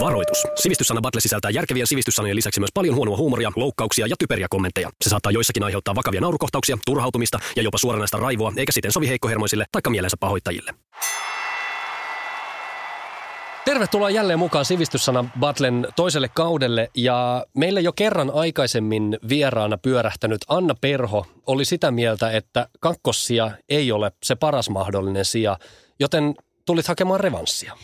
Varoitus. Sivistyssana Battle sisältää järkevien sivistyssanojen lisäksi myös paljon huonoa huumoria, loukkauksia ja typeriä kommentteja. Se saattaa joissakin aiheuttaa vakavia naurukohtauksia, turhautumista ja jopa suoranaista raivoa, eikä siten sovi heikkohermoisille tai mielensä pahoittajille. Tervetuloa jälleen mukaan Sivistyssana Battlen toiselle kaudelle ja meille jo kerran aikaisemmin vieraana pyörähtänyt Anna Perho oli sitä mieltä, että kakkossia ei ole se paras mahdollinen sija, joten tulit hakemaan revanssia.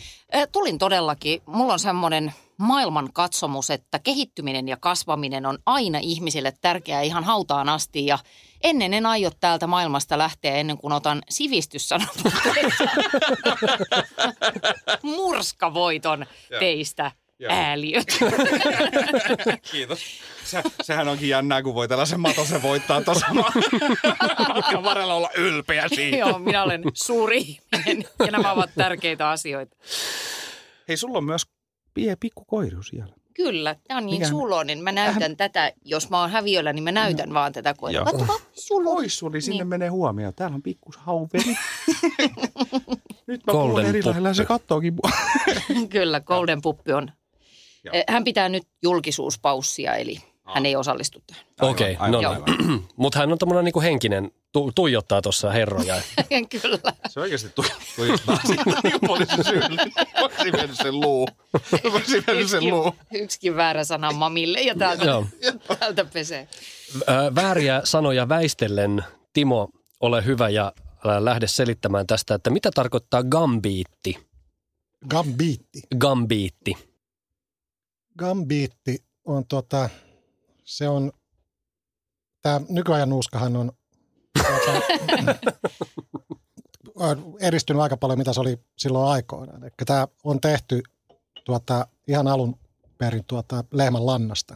Tulin todellakin. Mulla on semmoinen maailman katsomus, että kehittyminen ja kasvaminen on aina ihmisille tärkeää ihan hautaan asti. Ja ennen en aio täältä maailmasta lähteä ennen kuin otan sivistyssanan murskavoiton Joo. teistä. Joo. Ääliöt. Kiitos. Se, sehän onkin jännää, kun voi tällaisen matosen voittaa tuossa matkan varrella olla ylpeä siitä. Joo, minä olen suuri ihminen ja nämä ovat tärkeitä asioita. Hei, sulla on myös pie, pikku koiru siellä. Kyllä, tämä on niin Mikähän- suloinen. Mä näytän tätä, jos mä oon häviöllä, niin mä näytän vaan tätä koiraa. Joo. Katsokaa, sulo. Pois suli, sinne Niin. niin. menee huomioon. Täällä on pikkus hauveri. Nyt mä Golden puhun eri puppy. lailla, se kattookin mua. Kyllä, Golden Puppi on. Joo. Eh, Hän pitää nyt julkisuuspaussia, eli hän ei osallistu tähän. Okei, Aivan, no aivan, niin. Mutta hän on tämmöinen niinku henkinen, tu- tuijottaa tuossa herroja. Kyllä. Se oikeasti tuli. Poliisi syyllinen. Voisi mennyt sen luu. Voisi mennyt sen Yksikin, luu. yksikin väärä sana mamille ja täältä, Joo. täältä pesee. Ö, Vääriä sanoja väistellen, Timo, ole hyvä ja älä lähde selittämään tästä, että mitä tarkoittaa gambiitti? Gambiitti. Gambiitti. Gambiitti on tota, se on, tämä nykyajan nuuskahan on tota, on edistynyt aika paljon, mitä se oli silloin aikoinaan. Eli tämä on tehty tuota, ihan alun perin tuota, lehmän lannasta.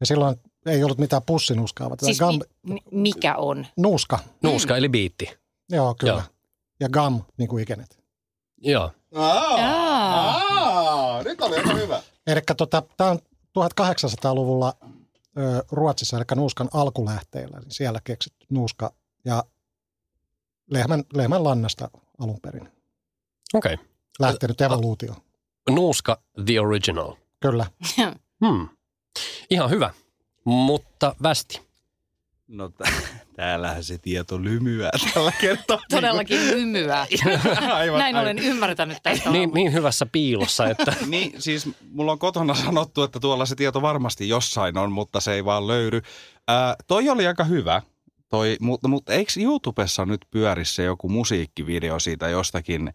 Ja silloin ei ollut mitään pussinuuskaa, vaan Siis siis gam, mi, mi- mikä on? nuuska, Nuuska eli biitti. joo kyllä. Joo. Ja gam, niin kuin ikänet. Joo. Jaa. Aa, nyt oli aika hyvä. Eli tota, tämä on 1800-luvulla ö, Ruotsissa, eli nuuskan alkulähteillä, niin siellä keksitty nuuska ja lehmän, lehmän lannasta alun perin Okei. lähtenyt evoluutio. Nuuska the original. Kyllä. Hmm. Ihan hyvä, mutta västi. No t- täällähän se tieto lymyää tällä kertaa. Niin Todellakin hymyä. aivan, Näin olen ymmärtänyt tästä. Niin, niin hyvässä piilossa, että Niin, siis mulla on kotona sanottu, että tuolla se tieto varmasti jossain on, mutta se ei vaan löydy. Ää, toi oli aika hyvä, toi, mutta, mutta eikö YouTubessa nyt pyörissä joku musiikkivideo siitä jostakin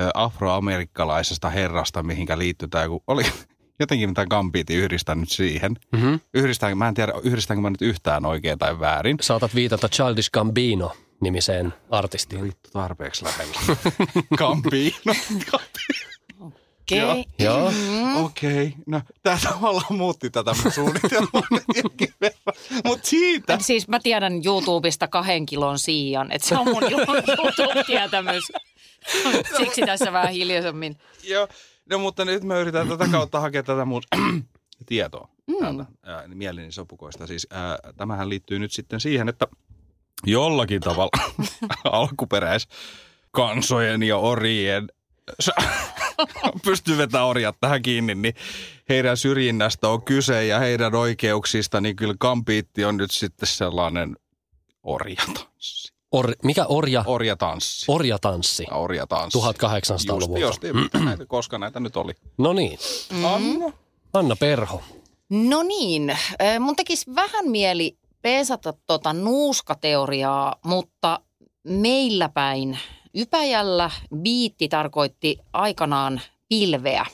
ö, afroamerikkalaisesta herrasta, mihinkä liittyy tämä joku... Oli, jotenkin tämä Gambiti yhdistänyt siihen. Mhm. Yhdistänkö, mä en tiedä, yhdistänkö mä nyt yhtään oikein tai väärin. saatat viitata Childish Gambino-nimiseen No artistiin. Vittu tarpeeksi lähellä. Gambino. No, Okei. Mm. Joo. Okei, okay. no tämä tavallaan muutti tätä mun suunnitelmaa jonkin verran. Mut siitä. Siis mä tiedän YouTubesta kahden kilon siian, että se on mun YouTube-tietämys. Siksi tässä vähän hiljaisemmin. Joo. No mutta nyt mä yritän tätä kautta hakea tätä mun tietoa täältä ää, niin mieleni sopukoista. Siis ää, tämähän liittyy nyt sitten siihen, että jollakin tavalla alkuperäis kansojen ja orien pystyy vetämään orjat tähän kiinni, niin heidän syrjinnästä on kyse ja heidän oikeuksista, niin kyllä kampiitti on nyt sitten sellainen orjatanssi. Or, mikä orja? Orjatanssi. Orjatanssi. Orjatanssi. 1800-luvulta. Just, just, näitä, koska näitä nyt oli. No niin, Anna. Anna Perho. No niin, ö, mun tekisi vähän mieli peesata tuota nuuskateoriaa, mutta meillä päin Ypäjällä biitti tarkoitti aikanaan pilveä,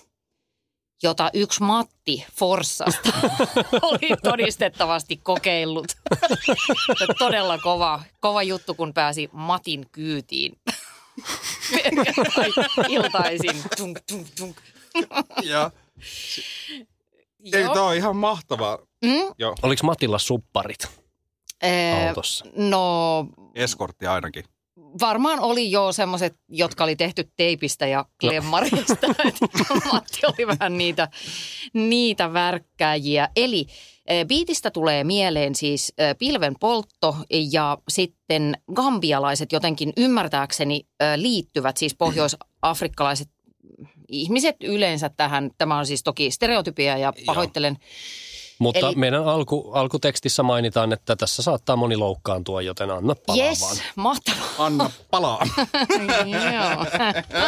jota yksi Matti Forssasta oli todistettavasti kokeillut. Todella kova, kova juttu, kun pääsi Matin kyytiin. Perjantai Iltaisin. Tunk, tunk, tunk. Ja, ei, Joo. tää on ihan mahtavaa. Mm, Joo, Oliko Matilla supparit ee, autossa? no eskortti ainakin. Varmaan oli jo semmoiset, jotka oli tehty teipistä ja klemmarista. No. Matti oli vähän niitä, niitä värkkääjiä. Eli eh, biitistä tulee mieleen siis eh, pilven poltto ja sitten gambialaiset jotenkin ymmärtääkseni eh, liittyvät, siis pohjois-afrikkalaiset ihmiset yleensä tähän, tämä on siis toki stereotypia ja pahoittelen. Mutta Eli- Eli... meidän alku, alkutekstissä mainitaan, että tässä saattaa moni loukkaantua, joten anna palaa vaan. Yes, mahtavaa. Anna palaa. Niin, Joo.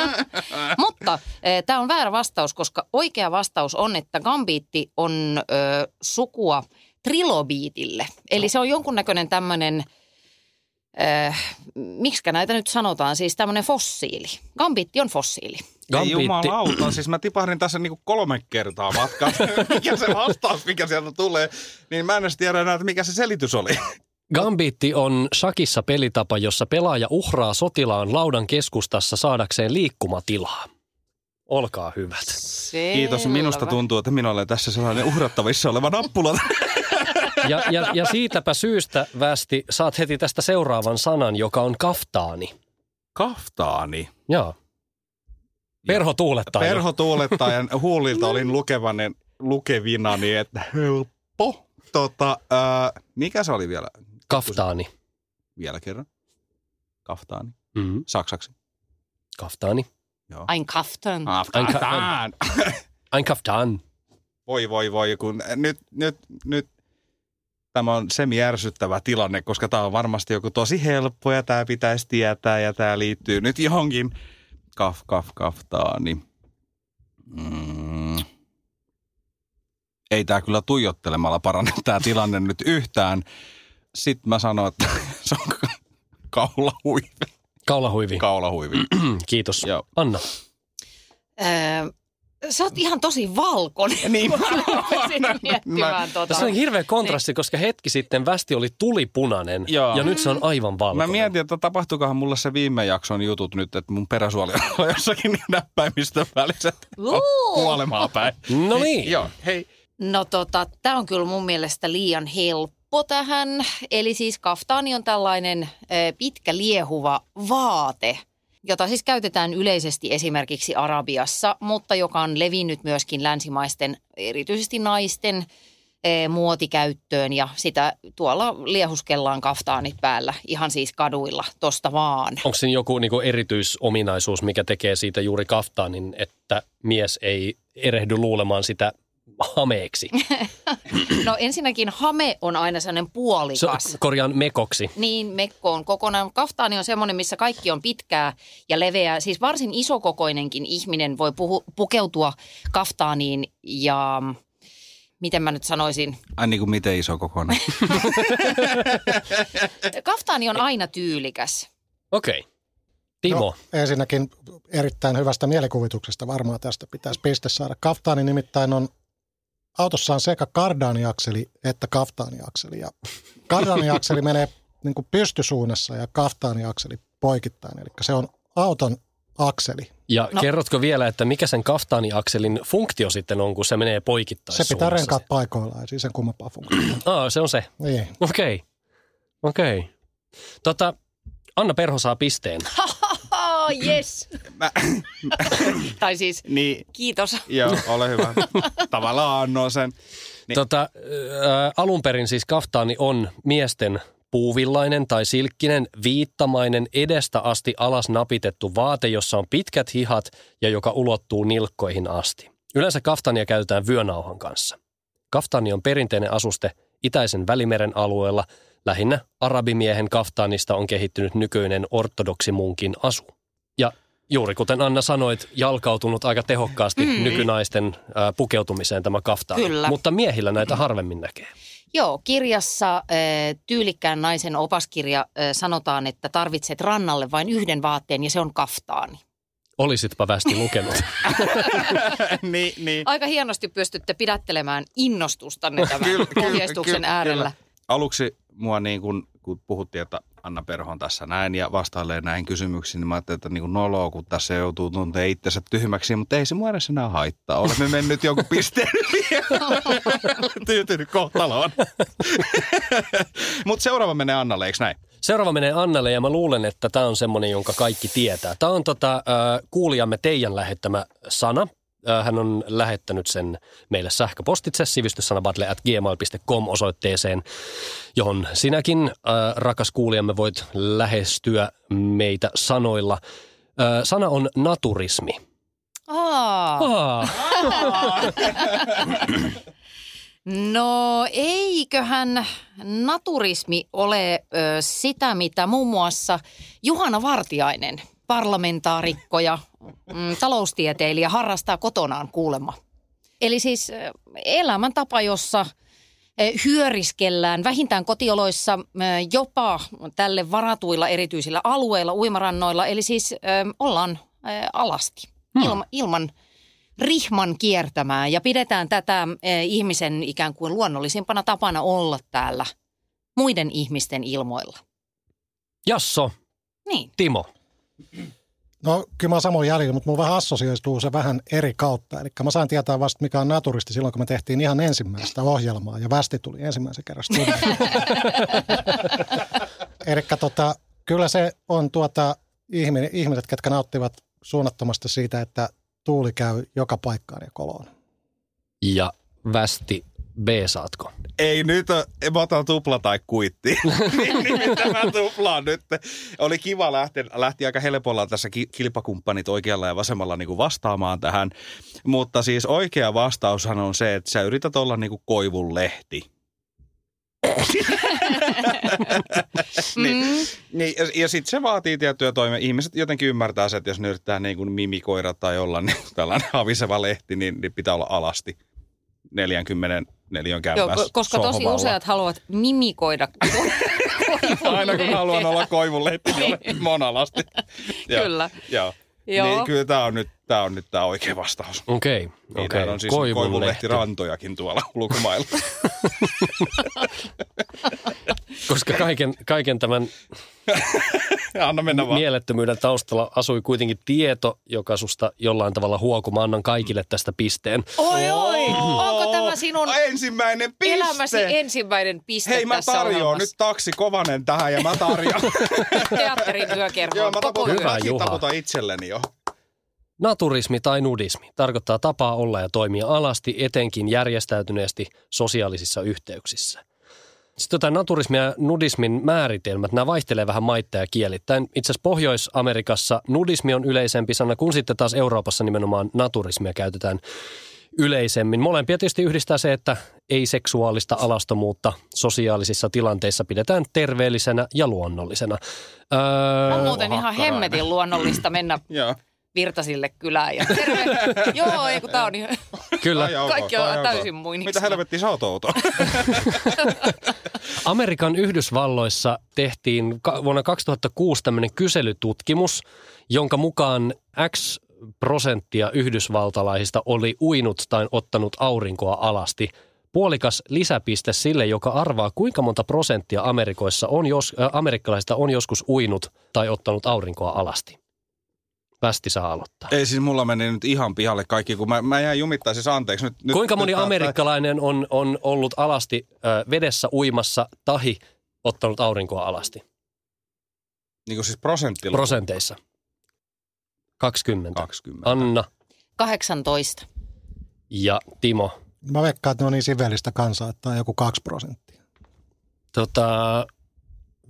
Mutta tämä on väärä vastaus, koska oikea vastaus on, että gambiitti on ö, sukua trilobiitille. Eli se on jonkunnäköinen tämmöinen, miksikä näitä nyt sanotaan, siis tämmöinen fossiili. Gambiitti on fossiili. Ei Gambiitti- jumalauta, siis mä tipahdin tässä niinku kolme kertaa matkaan, mikä se vastaus, mikä sieltä tulee, niin mä en edes tiedä enää, että mikä se selitys oli. Gambiitti on shakissa pelitapa, jossa pelaaja uhraa sotilaan laudan keskustassa saadakseen liikkumatilaa. Olkaa hyvät. Kiitos, minusta tuntuu, että minä olen tässä sellainen uhrattavissa oleva nappula. Ja, ja, ja siitäpä syystä, Västi, saat heti tästä seuraavan sanan, joka on kaftaani. Kaftaani. Joo. Perho tuulettaa. jo. Perho tuulettajan huulilta olin lukevanen, lukevinani, että helppo. Tota, ää, mikä se oli vielä? Kaftaani. Vielä kerran. Kaftaani. Mm. Saksaksi. Kaftaani. Joo. Ein Kaftan. Ah. Afghanistan. Ein kaftaan. Voi voi voi, kun nyt, nyt, nyt tämä on semi-ärsyttävä tilanne, koska tämä on varmasti joku tosi helppo ja tämä pitäisi tietää ja tämä liittyy nyt johonkin kaf kaf kaftaani. Mm. Ei tämä kyllä tuijottelemalla parane tämä tilanne nyt yhtään. Sitten mä sanon, että se on ka- kaulahuivi. Kaulahuivi. Ka- Kaulahuivi. Mm, Kiitos. Joo. Anna. Öö, Sä oot ihan tosi valkoinen, niin. kun mä rupesin miettimään tota. Tässä on hirveä kontrasti, koska hetki sitten Västi oli tulipunainen Joo. ja nyt se on aivan Mä valkoinen. mietin, että tapahtuukohan mulle se viime jakson jutut nyt, että mun peräsuoli on jossakin näppäimistön välissä. että on Uu. Kuolemaa päin. No niin. Joo, hei. No tota, tämä on kyllä mun mielestä liian helppo tähän. Eli siis kaftaani on tällainen ö, pitkä liehuva vaate, jota siis käytetään yleisesti esimerkiksi Arabiassa, mutta joka on levinnyt myöskin länsimaisten, erityisesti naisten ö, muotikäyttöön ja sitä tuolla liehuskellaan kaftaanit päällä ihan siis kaduilla tosta vaan. Onko siinä joku niin erityisominaisuus, mikä tekee siitä juuri kaftaanin, että mies ei erehdy luulemaan sitä hameeksi? No ensinnäkin hame on aina sellainen Se, puolikas. korjaan mekoksi. Niin, mekko on kokonaan. Kaftaani on semmoinen, missä kaikki on pitkää ja leveää. Siis varsin isokokoinenkin ihminen voi puhu, pukeutua kaftaaniin ja mm, miten mä nyt sanoisin. Ai niin kuin miten iso kokoinen. Kaftaani on aina tyylikäs. Okei. Okay. Timo, No, ensinnäkin erittäin hyvästä mielikuvituksesta varmaan tästä pitäisi piste saada. Kaftaani nimittäin on, autossa on sekä kardaaniakseli että kaftaaniakseli. Ja kardaaniakseli menee niin kuin pystysuunnassa ja kaftaaniakseli poikittain. Eli se on auton akseli. ja no. no. kerrotko vielä, että mikä sen kaftaaniakselin funktio sitten on, kun se menee poikittain se pitää renkaat paikoillaan, ei siis sen kummempaa funktiota. Aa, se on se. niin. Okei. Okay. Okei. Okay. Tota, Anna Perho saa pisteen. Oh, yes. Mä, tai siis niin, kiitos. joo, ole hyvä. Tavallaan annoin sen. Niin. Tota, ää, alun perin siis kaftaani on miesten puuvillainen tai silkkinen, viittamainen, edestä asti alas napitettu vaate, jossa on pitkät hihat ja joka ulottuu nilkkoihin asti. Yleensä kaftania käytetään vyönauhan kanssa. Kaftani on perinteinen asuste itäisen välimeren alueella. Lähinnä arabimiehen kaftaanista on kehittynyt nykyinen ortodoksimunkin asu. Ja juuri kuten Anna sanoit, jalkautunut aika tehokkaasti mm. nykynaisten ää, pukeutumiseen tämä kaftaani. Kyllä. Mutta miehillä näitä harvemmin näkee. Joo, kirjassa ö, tyylikkään naisen opaskirja ö, sanotaan, että tarvitset rannalle vain yhden vaatteen ja se on kaftaani. Olisitpa västi lukenut. niin, niin. Aika hienosti pystytte pidättelemään innostustanne tämän Kyllä, kyllä, ohjeistuksen kyllä, äärellä. Aluksi mua niin kuin, kun puhuttiin, että Anna Perho on tässä näin ja vastailee näin kysymyksiin, niin mä ajattelin, että niin kuin noloa, kun tässä joutuu tuntee itsensä tyhmäksi, mutta ei se mua edes enää haittaa. Olemme mennyt jonkun pisteen yli. Tyytynyt kohtaloon. mutta seuraava menee Annalle, eikö näin? Seuraava menee Annalle ja mä luulen, että tämä on semmoinen, jonka kaikki tietää. Tämä on tota, äh, kuulijamme teidän lähettämä sana. Äh, Hän on lähettänyt sen meille sähköpostitse sivistyssanabattle at gmail.com osoitteeseen, johon sinäkin, äh, rakas kuulijamme, voit lähestyä meitä sanoilla. Äh, Sana on naturismi. Aa. Aa, No eiköhän naturismi ole ö, sitä, mitä muun muassa Juhana Vartiainen, parlamentaarikko ja mm, taloustieteilijä, harrastaa kotonaan kuulemma. Eli siis ö, elämäntapa, jossa ö, hyöriskellään vähintään kotioloissa ö, jopa tälle varatuilla erityisillä alueilla, uimarannoilla. Eli siis ö, ollaan ö, alasti ilma, ilman rihman kiertämään ja pidetään tätä eh, ihmisen ikään kuin luonnollisimpana tapana olla täällä muiden ihmisten ilmoilla. Jasso, Niin. Timo. No kyllä mä oon samoin jäljellä, mutta mulla vähän assosioituu se vähän eri kautta. Eli mä sain tietää vasta, mikä on naturisti silloin, kun me tehtiin ihan ensimmäistä ohjelmaa ja västi tuli ensimmäisen kerran studioon. Eli tota, kyllä se on tuota, ihminen, ihmiset, ketkä nauttivat suunnattomasti siitä, että tuuli käy joka paikkaan ja koloon. Ja västi B saatko? Ei nyt, ö, mä otan tupla tai kuitti. niin, niin, mä tuplaan nyt. Oli kiva lähteä, lähti aika helpolla tässä ki- kilpakumppanit oikealla ja vasemmalla niin vastaamaan tähän. Mutta siis oikea vastaushan on se, että sä yrität olla niin kuin koivun lehti. niin, Mm. niin, ja, ja sitten se vaatii tiettyjä toimia. Ihmiset jotenkin ymmärtää se, että jos ne yrittää niin kuin mimikoida tai olla niin kuin tällainen haviseva lehti, niin, niin pitää olla alasti 40 neliön Joo, kämpässä ko- koska tosi sohvalla. useat haluavat mimikoida. koivun Aina kun haluan lehteä. olla koivun lehti, niin olen monalasti. Joo, Kyllä. Joo. Joo. Niin kyllä tämä on nyt tämä on nyt tää oikea vastaus. Okei, okay, okei. Niitä Okay. on siis koivulehtirantojakin tuolla ulkomailla. Koska kaiken, kaiken tämän Anna mennä No vaan. mielettömyyden taustalla asui kuitenkin tieto, joka susta jollain tavalla huoku. Mä annan kaikille tästä pisteen. Oi, oi, onko tämä sinun No, Ensimmäinen piste. elämäsi ensimmäinen piste Hei, mä tässä tarjoan nyt ohjelmassa? taksi kovanen tähän ja mä tarjoan. Teatterin yökerhoon Joo, mä koko taputan, yön. Hyvä, mäkin Juha. taputan itselleni jo. Naturismi tai nudismi tarkoittaa tapaa olla ja toimia alasti, etenkin järjestäytyneesti sosiaalisissa yhteyksissä. Sitten tämä naturismi ja nudismin määritelmät, nämä vaihtelee vähän maittaa ja kielittäin. Itse asiassa Pohjois-Amerikassa nudismi on yleisempi sana, kun sitten taas Euroopassa nimenomaan naturismia käytetään yleisemmin. Molempia tietysti yhdistää se, että ei-seksuaalista alastomuutta sosiaalisissa tilanteissa pidetään terveellisenä ja luonnollisena. Öö, On muuten ihan hakkarainen. hemmetin luonnollista mennä Joo. Virtasille kylään. Ja terve. Joo, ei kun tää on ihan... kyllä. Ai, ok, Kaikki on ai, ok. täysin muiniksi. Mitä helvettiä sä oot outo? Amerikan Yhdysvalloissa tehtiin ka- vuonna 2006 tämmöinen kyselytutkimus, jonka mukaan X prosenttia yhdysvaltalaisista oli uinut tai ottanut aurinkoa alasti. Puolikas lisäpiste sille, joka arvaa, kuinka monta prosenttia Amerikoissa on jos, äh, amerikkalaisista on joskus uinut tai ottanut aurinkoa alasti. Västi saa aloittaa. Ei siis mulla meni nyt ihan pihalle kaikki, kun mä, mä jäin jumittaa siis anteeksi. Nyt, nyt, Kuinka moni nyt, tää- tää- amerikkalainen on, on ollut alasti äh, vedessä uimassa tahi ottanut aurinkoa alasti? Niin kuin siis prosenttiluku. Prosenteissa. 20. 20. Anna 18. ja Timo. Mä veikkaan, että ne on niin sivellistä kansaa, että tää on joku 2 prosenttia. Tota,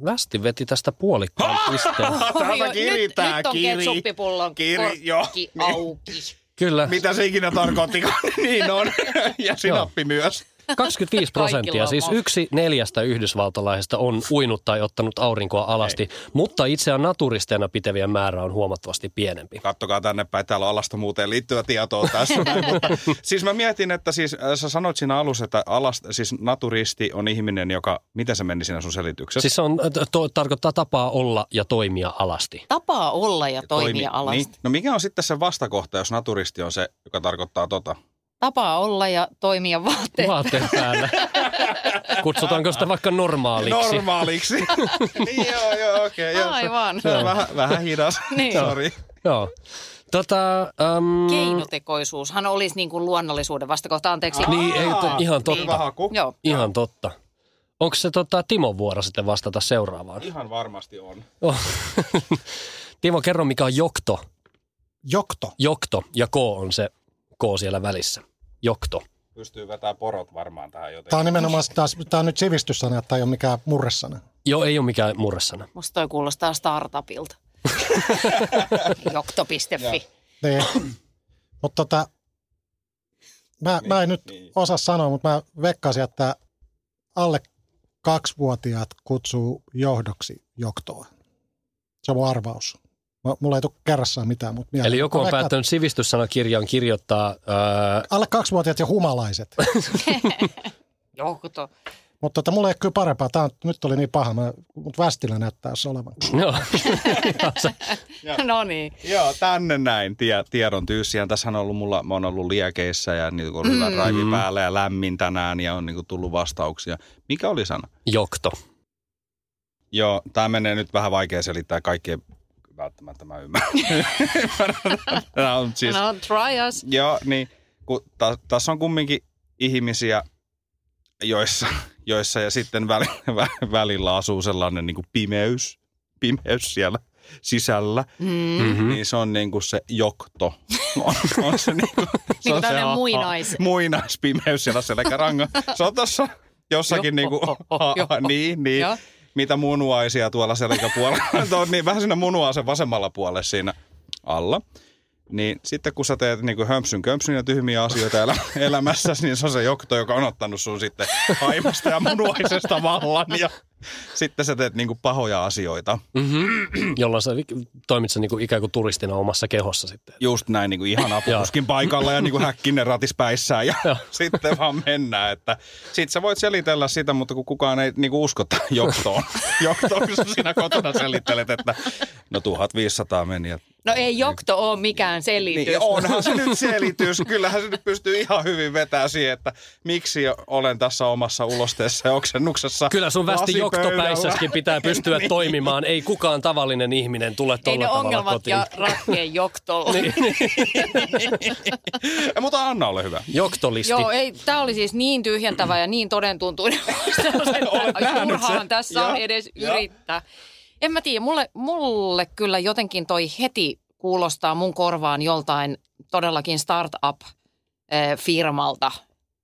Västi veti tästä puolikkaan pisteen. Oi, Täältä oi, kiritää, nyt, nyt on kiri. ketsuppipullon Kiri, korkki joo. auki. Kyllä, Mitä se ikinä tarkoittikaan, niin on. Ja sinappi myös. 25 prosenttia, Kaikilla on siis maus. yksi neljästä yhdysvaltalaisesta on uinut tai ottanut aurinkoa alasti, mutta itseään naturisteena pitevien määrä on huomattavasti pienempi. Niin Kattokaa tänne päin, täällä on alastomuuteen liittyvä tietoa tässä. näin, mutta, siis mä mietin, että siis äh, sä sanoit siinä alussa, että alast, siis naturisti on ihminen, joka, miten se meni siinä sun selityksessä? Siis se on, to, tarkoittaa tapaa olla ja toimia alasti. Tapaa olla ja toimia Toimi- alasti. No mikä on sitten se vastakohta, jos naturisti on se, joka tarkoittaa tota? Tapaa olla ja toimia vaatteet. Vaatteen päällä. Kutsutaanko sitä vaikka normaaliksi? Normaaliksi. niin, joo, joo, okei. Okay, Aivan. Se on vähän, vähän hidas. Niin. Sorry. Joo. Tota, äm, Keinotekoisuushan olisi niin kuin luonnollisuuden vastakohta. Anteeksi. Niin, ei, to, ihan Hyvä totta. haku. Joo. Ihan totta. Onko se tota, Timon vuoro sitten vastata seuraavaan? Ihan varmasti on. Joo. Timo, kerro mikä on jokto. Jokto. Jokto ja K on se K siellä välissä. Jokto. Pystyy vetämään porot varmaan tähän jotenkin. Tämä on nimenomaan taas, tämä on nyt sivistyssana, että tämä ei ole mikään murresana. Joo, ei ole mikään murresana. Musta toi kuulostaa startupilta. Jokto.fi. Niin. Mutta tota, mä, niin, mä en nyt niin. osaa sanoa, mutta mä veikkaisin, että alle kaksivuotiaat kutsuu johdoksi joktoa. Se on mun arvaus. Mä- Mulla ei tule kerrassaan mitään, mutta mieleen. Eli joku on Mä veikkaan, päättänyt sivistyssanakirjaan kirjoittaa öö, ää, että Alle kaksivuotiaat ja humalaiset. Johto. mutta tota, mulla ei ole kyllä parempaa. Tää on, nyt oli niin paha, mä, mutta Västilä näyttäisi olevan. Joo. No niin. Joo, tänne näin tie, tiedon tyyssiä. Tässä on ollut mulla, mä oon ollut liekeissä ja niin on hyvä Mm. drive päällä ja lämmin tänään ja on niin kuin tullut vastauksia. Mikä oli sana? Jokto. Joo, tämä menee nyt vähän vaikea selittää kaikkien välttämättä mä ymmärrän. Tää on siis, No try us. Joo, niin kun ta, tässä on kumminkin ihmisiä, joissa, joissa ja sitten väli, vä- välillä asuu sellainen niin kuin pimeys, pimeys siellä sisällä, Mm. mm-hmm. Mm-hmm. niin se on niin kuin se jokto. On, on se niin kuin, se Niin on se tämmöinen ha- muinais- ha- muinaispimeys siellä selkärangan. Se on tuossa jossakin niin kuin, Joo, joo, joo. niin, niin, Joo. mitä munuaisia tuolla selkäpuolella on, niin vähän siinä munuaisen vasemmalla puolella siinä alla. Niin sitten kun sä teet niin kuin hömpsyn kömpsyn ja tyhmiä asioita elä, elämässäsi, niin se on se jokto, joka on ottanut sun sitten aivasta ja munuaisesta vallan. Ja sitten sä teet niin kuin pahoja asioita. Mm-hmm. Jolloin sä toimit sä niinku ikään kuin turistina omassa kehossa sitten. Just näin niin kuin ihan apupuskin paikalla ja niin kuin häkkinen ratispäissään ja sitten vaan mennään. Että sit sä voit selitellä sitä, mutta kun kukaan ei niin kuin usko tähän johtoon. johtoon, kun sä siinä kotona selittelet, että no 1500 meni. Ja... No ei jokto ole mikään selitys. Niin, onhan se nyt selitys. Kyllähän se nyt pystyy ihan hyvin vetämään siihen, että miksi olen tässä omassa ulosteessa ja oksennuksessa. Kyllä sun västi lasipöydällä. joktopäissäskin pitää pystyä Niin. toimimaan. Ei kukaan tavallinen ihminen tule Ei tuolla ne tavalla ongelmat kotiin. ja ratkee joktolla. Niin. Ja, mutta Anna, ole hyvä. Joktolisti. Joo, ei, tämä oli siis niin tyhjentävä ja niin todentuntuinen vastaus, Olet että nähnyt turhaan sen. tässä on Joo, edes joo. yrittää. En mä tiedä, mulle, mulle kyllä jotenkin toi heti kuulostaa mun korvaan joltain todellakin startup-firmalta.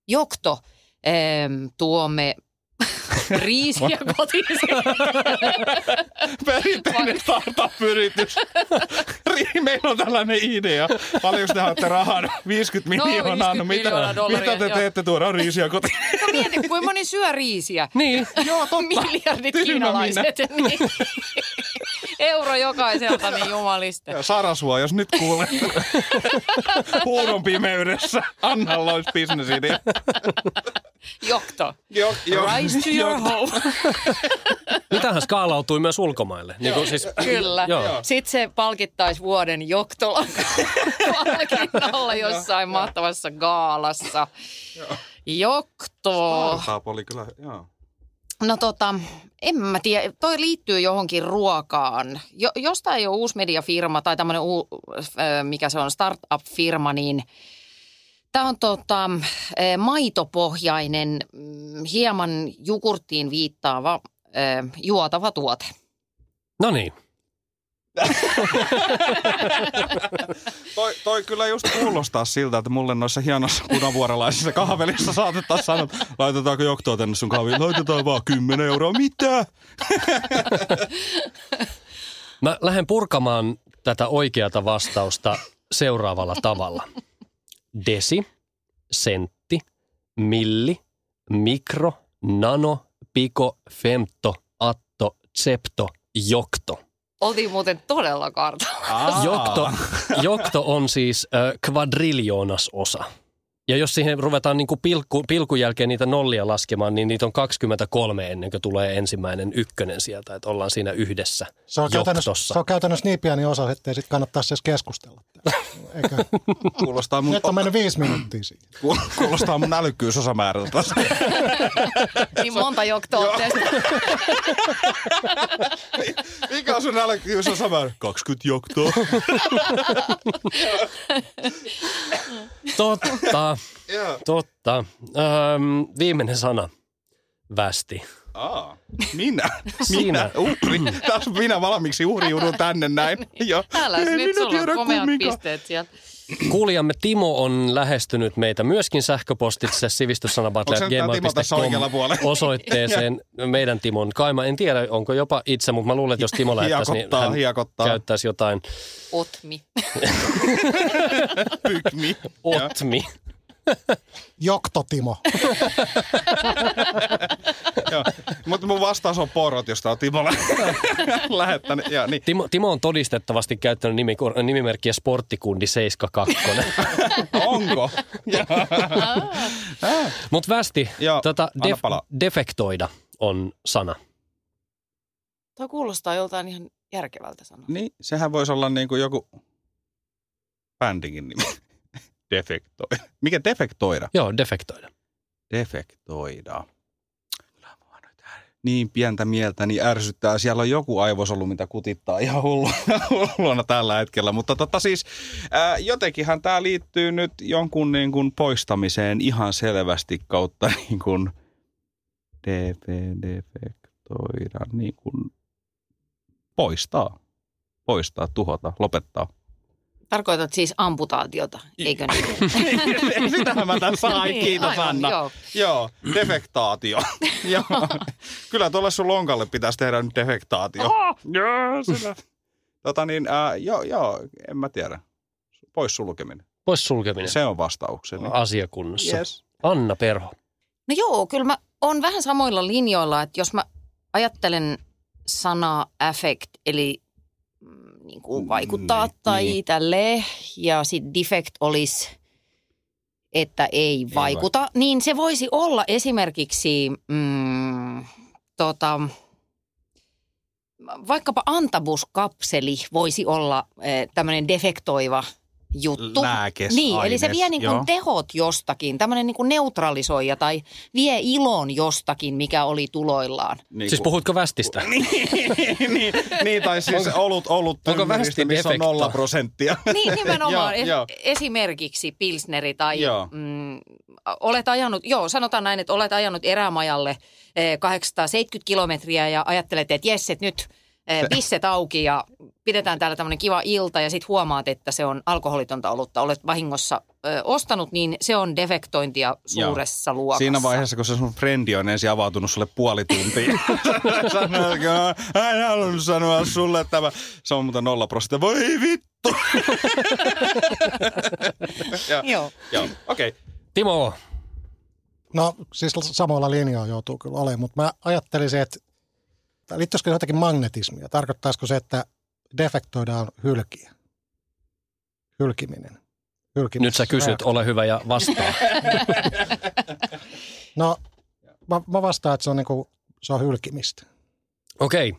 Jokto, em, tuomme riisiä kotiin. Perinteinen startup-yritys. Ri- Meillä on tällainen idea. Paljonko te haatte rahaa? 50 No, miljoonaa. 50 miljoonaa mitä, dollaria, mitä te joo. teette? Tuodaan riisiä kotiin. No mieti, kuinka moni syö riisiä. Niin. Joo, totta. Miljardit Tyhmä kiinalaiset. Niin. Euro jokaiselta, niin jumaliste. Ja Sarasua, jos nyt kuulet. Huudon pimeydessä. Annalla olisi bisnesidea. Jokto. Jo, Rise to your home. Mitähän skaalautui myös ulkomaille. Niin kuin siis, Kyllä. Joo. Sitten se palkittaisi vuoden Joktolan palkinnolla jossain mahtavassa gaalassa. Jokto. Startup oli kyllä, joo. No tota, en mä tiedä. Toi liittyy johonkin ruokaan. Jo, jostain ei ole uusi mediafirma tai tämmöinen, uu, ö, mikä se on, startup-firma, niin tämä on tota, ö, maitopohjainen, mm, hieman jogurttiin viittaava ö, juotava tuote. no niin. Toi, toi kyllä just kuulostaa siltä, että mulle noissa hienossa punavuorelaisissa kahvelissa saatetaan sanoa, että laitetaanko joktoa tänne sun kahviin. Laitetaan vaan 10 euroa. Mitä? Mä lähden purkamaan tätä oikeata vastausta seuraavalla tavalla. Desi, sentti, milli, mikro, nano, piko, femto, atto, septo, jokto. Oltiin muuten todella kartalla. Jokto, jokto on siis ö, kvadriljoonasosa. Ja jos siihen ruvetaan niin kuin pilkku, pilkun jälkeen niitä nollia laskemaan, niin niitä on 23 ennen kuin tulee ensimmäinen ykkönen sieltä, että ollaan siinä yhdessä Se on, käytännössä, joktossa. se on käytännössä niin pieni osa, ettei sit kannattaisi edes keskustella. Eikö? Kuulostaa mun, Nyt on mennyt viisi minuuttia siihen. ku- kuulostaa mun älykkyysosamäärältä tässä. Niin monta joktoa tästä. Mikä on sun älykkyysosamäärä? 20 joktoa. Totta, Joo. totta. Öm, viimeinen sana. Västi. Aa, minä? Sinä. Minä? Uhri. Taas minä valmiiksi uhriudun tänne näin. Joo. Niin. Älä Ei siis nyt, minä sulla on tiedä komeat kumminkaan. pisteet sieltä. Kuulijamme Timo on lähestynyt meitä myöskin sähköpostitse Onko se nyt tää Timo tässä sivistyssanabattle.gmail.com oikealla puolella? osoitteeseen meidän Timon. Kai mä en tiedä, onko jopa itse, mutta mä luulen, että jos Timo lähettäisi, niin Hiekottaa, hän hiekottaa. käyttäisi jotain Otmi. Pykmi. Joo. otmi. Jokto Timo. Joo. Mutta mun vastaus on porot, josta on Timo lä- lähettänyt. Ja, niin. Timo, Timo on todistettavasti käyttänyt nimi, nimimerkkiä Sporttikundi 72. Onko? Mutta västi, Joo, tota, anna def, palaa. defektoida on sana. Tuo kuulostaa joltain ihan järkevältä sanaa. niin, sehän voisi olla niin kuin joku bändinkin nimi. Defektoida. Mikä defektoida? Joo, defektoida. Defektoida. Kyllä mua nyt är- Niin pientä mieltä, niin ärsyttää. Siellä on joku aivosolu, mitä kutittaa ihan hulluna, hulluna tällä hetkellä. Mutta tota siis, ää, jotenkinhan tämä liittyy nyt jonkun niin kuin poistamiseen ihan selvästi kautta niin kuin def, defektoida, niin kuin poistaa. Poistaa, tuhota, lopettaa. Tarkoitat siis amputaatiota, eikö niin? Sitähän mä tässä sain, Niin, kiitos aivan, Anna. Joo. Joo, defektaatio. Joo. Kyllä tuolle sun lonkalle pitäisi tehdä nyt defektaatio. Oho! Joo, sillä. Tota niin, ää, joo, joo, en mä tiedä. Pois sulkeminen. Pois sulkeminen Se on Niin vastaukseni. asiakunnassa. Anna Perho. No joo, kyllä mä oon vähän samoilla linjoilla, että jos mä ajattelen sanaa affect, eli mm, niin kuin vaikuttaa Niin, niin, tai niin. niin. tälle, ja sitten defect olisi, että ei vaikuta, niin se voisi olla esimerkiksi mm, tota, vaikkapa antabuskapseli voisi olla eh, tämmöinen defektoiva juttu. Lääkesaines, Niin, eli se vie niin joo. kuin tehot jostakin, tämmöinen niin kuin neutralisoija tai vie ilon jostakin, mikä oli tuloillaan. Niin, Siis kuin- puhutko västistä? niin, niin, tai siis olut, olut onko tymmyristä, västi missä on defekta? nolla prosenttia. Niin, nimenomaan. Joo, Es- joo. Esimerkiksi Pilsneri tai Joo. mm, olet ajanut, joo sanotaan näin, että olet ajanut erämajalle eh, 870 kilometriä ja ajattelet, että jes, että nyt eh, pisset auki ja pidetään täällä tämmöinen kiva ilta ja sitten huomaat, että se on alkoholitonta olutta, olet vahingossa eh, ostanut, niin se on defektointia suuressa luokassa. Siinä vaiheessa, kun se sun frendi on ensin avautunut sulle puoli tuntia. Sanoit, että no, en halunnut sanoa sulle tämä. Se on muuten nolla prosenttia. Voi vittu! ja, Joo. Joo, okei. Okay. Timo, No siis samoilla linjoilla joutuu kyllä olemaan, mutta mä ajattelisin, että tai liittyisikö se jotakin magnetismia? Tarkoittaisiko se, että defektoidaan hylkiä? Hylkiminen. Hylkiminen. nyt sä kysyt, ole hyvä ja vastaa. No mä, mä vastaan, että se on, niinku, se on hylkimistä. Okei.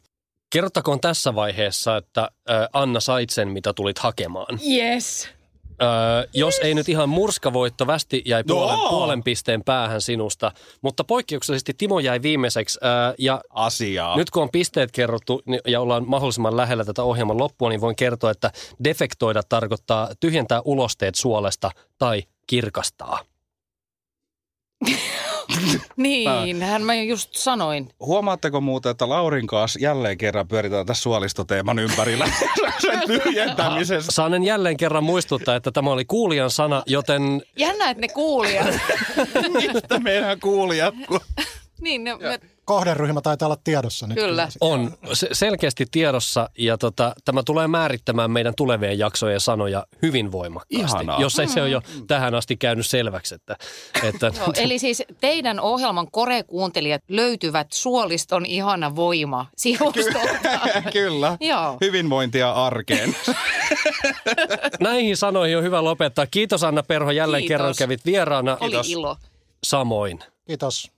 Kerrottakoon tässä vaiheessa, että ö, Anna sait sen, mitä tulit hakemaan. Yes. Ö, jos ei nyt ihan murskavoitto, västi jäi puolen, Joo. puolen pisteen päähän sinusta, mutta poikkeuksellisesti Timo jäi viimeiseksi. Ö, ja Asiaa. Nyt kun on pisteet kerrottu niin- ja ollaan mahdollisimman lähellä tätä ohjelman loppua, niin voin kertoa, että defektoida tarkoittaa tyhjentää ulosteet suolesta tai kirkastaa. Niinhän Niin, mä just sanoin. Huomaatteko muuten, että Laurin kanssa jälleen kerran pyöritään tässä suolistoteeman ympärillä sen tyhjentämisessä? Saanen jälleen kerran muistuttaa, että tämä oli kuulijan sana, joten Jännä, että ne kuulijat. Mistä meidän kuulijat? kun- niin, ne, me, Kohderyhmä taitaa olla tiedossa nyt. Kyllä. on se- selkeästi tiedossa ja tota, tämä tulee määrittämään meidän tulevien jaksojen sanoja hyvin voimakkaasti, Ihanaa. jos ei se ole jo tähän asti käynyt selväksi. Että, että Joo, eli siis teidän ohjelman korekuuntelijat löytyvät suoliston ihana voima sivustolta. Kyllä. Joo. Hyvinvointia arkeen. näihin sanoihin on hyvä lopettaa. Kiitos Anna Perho, jälleen Kiitos. kerran kävit vieraana. Oli ilo. Samoin. Kiitos.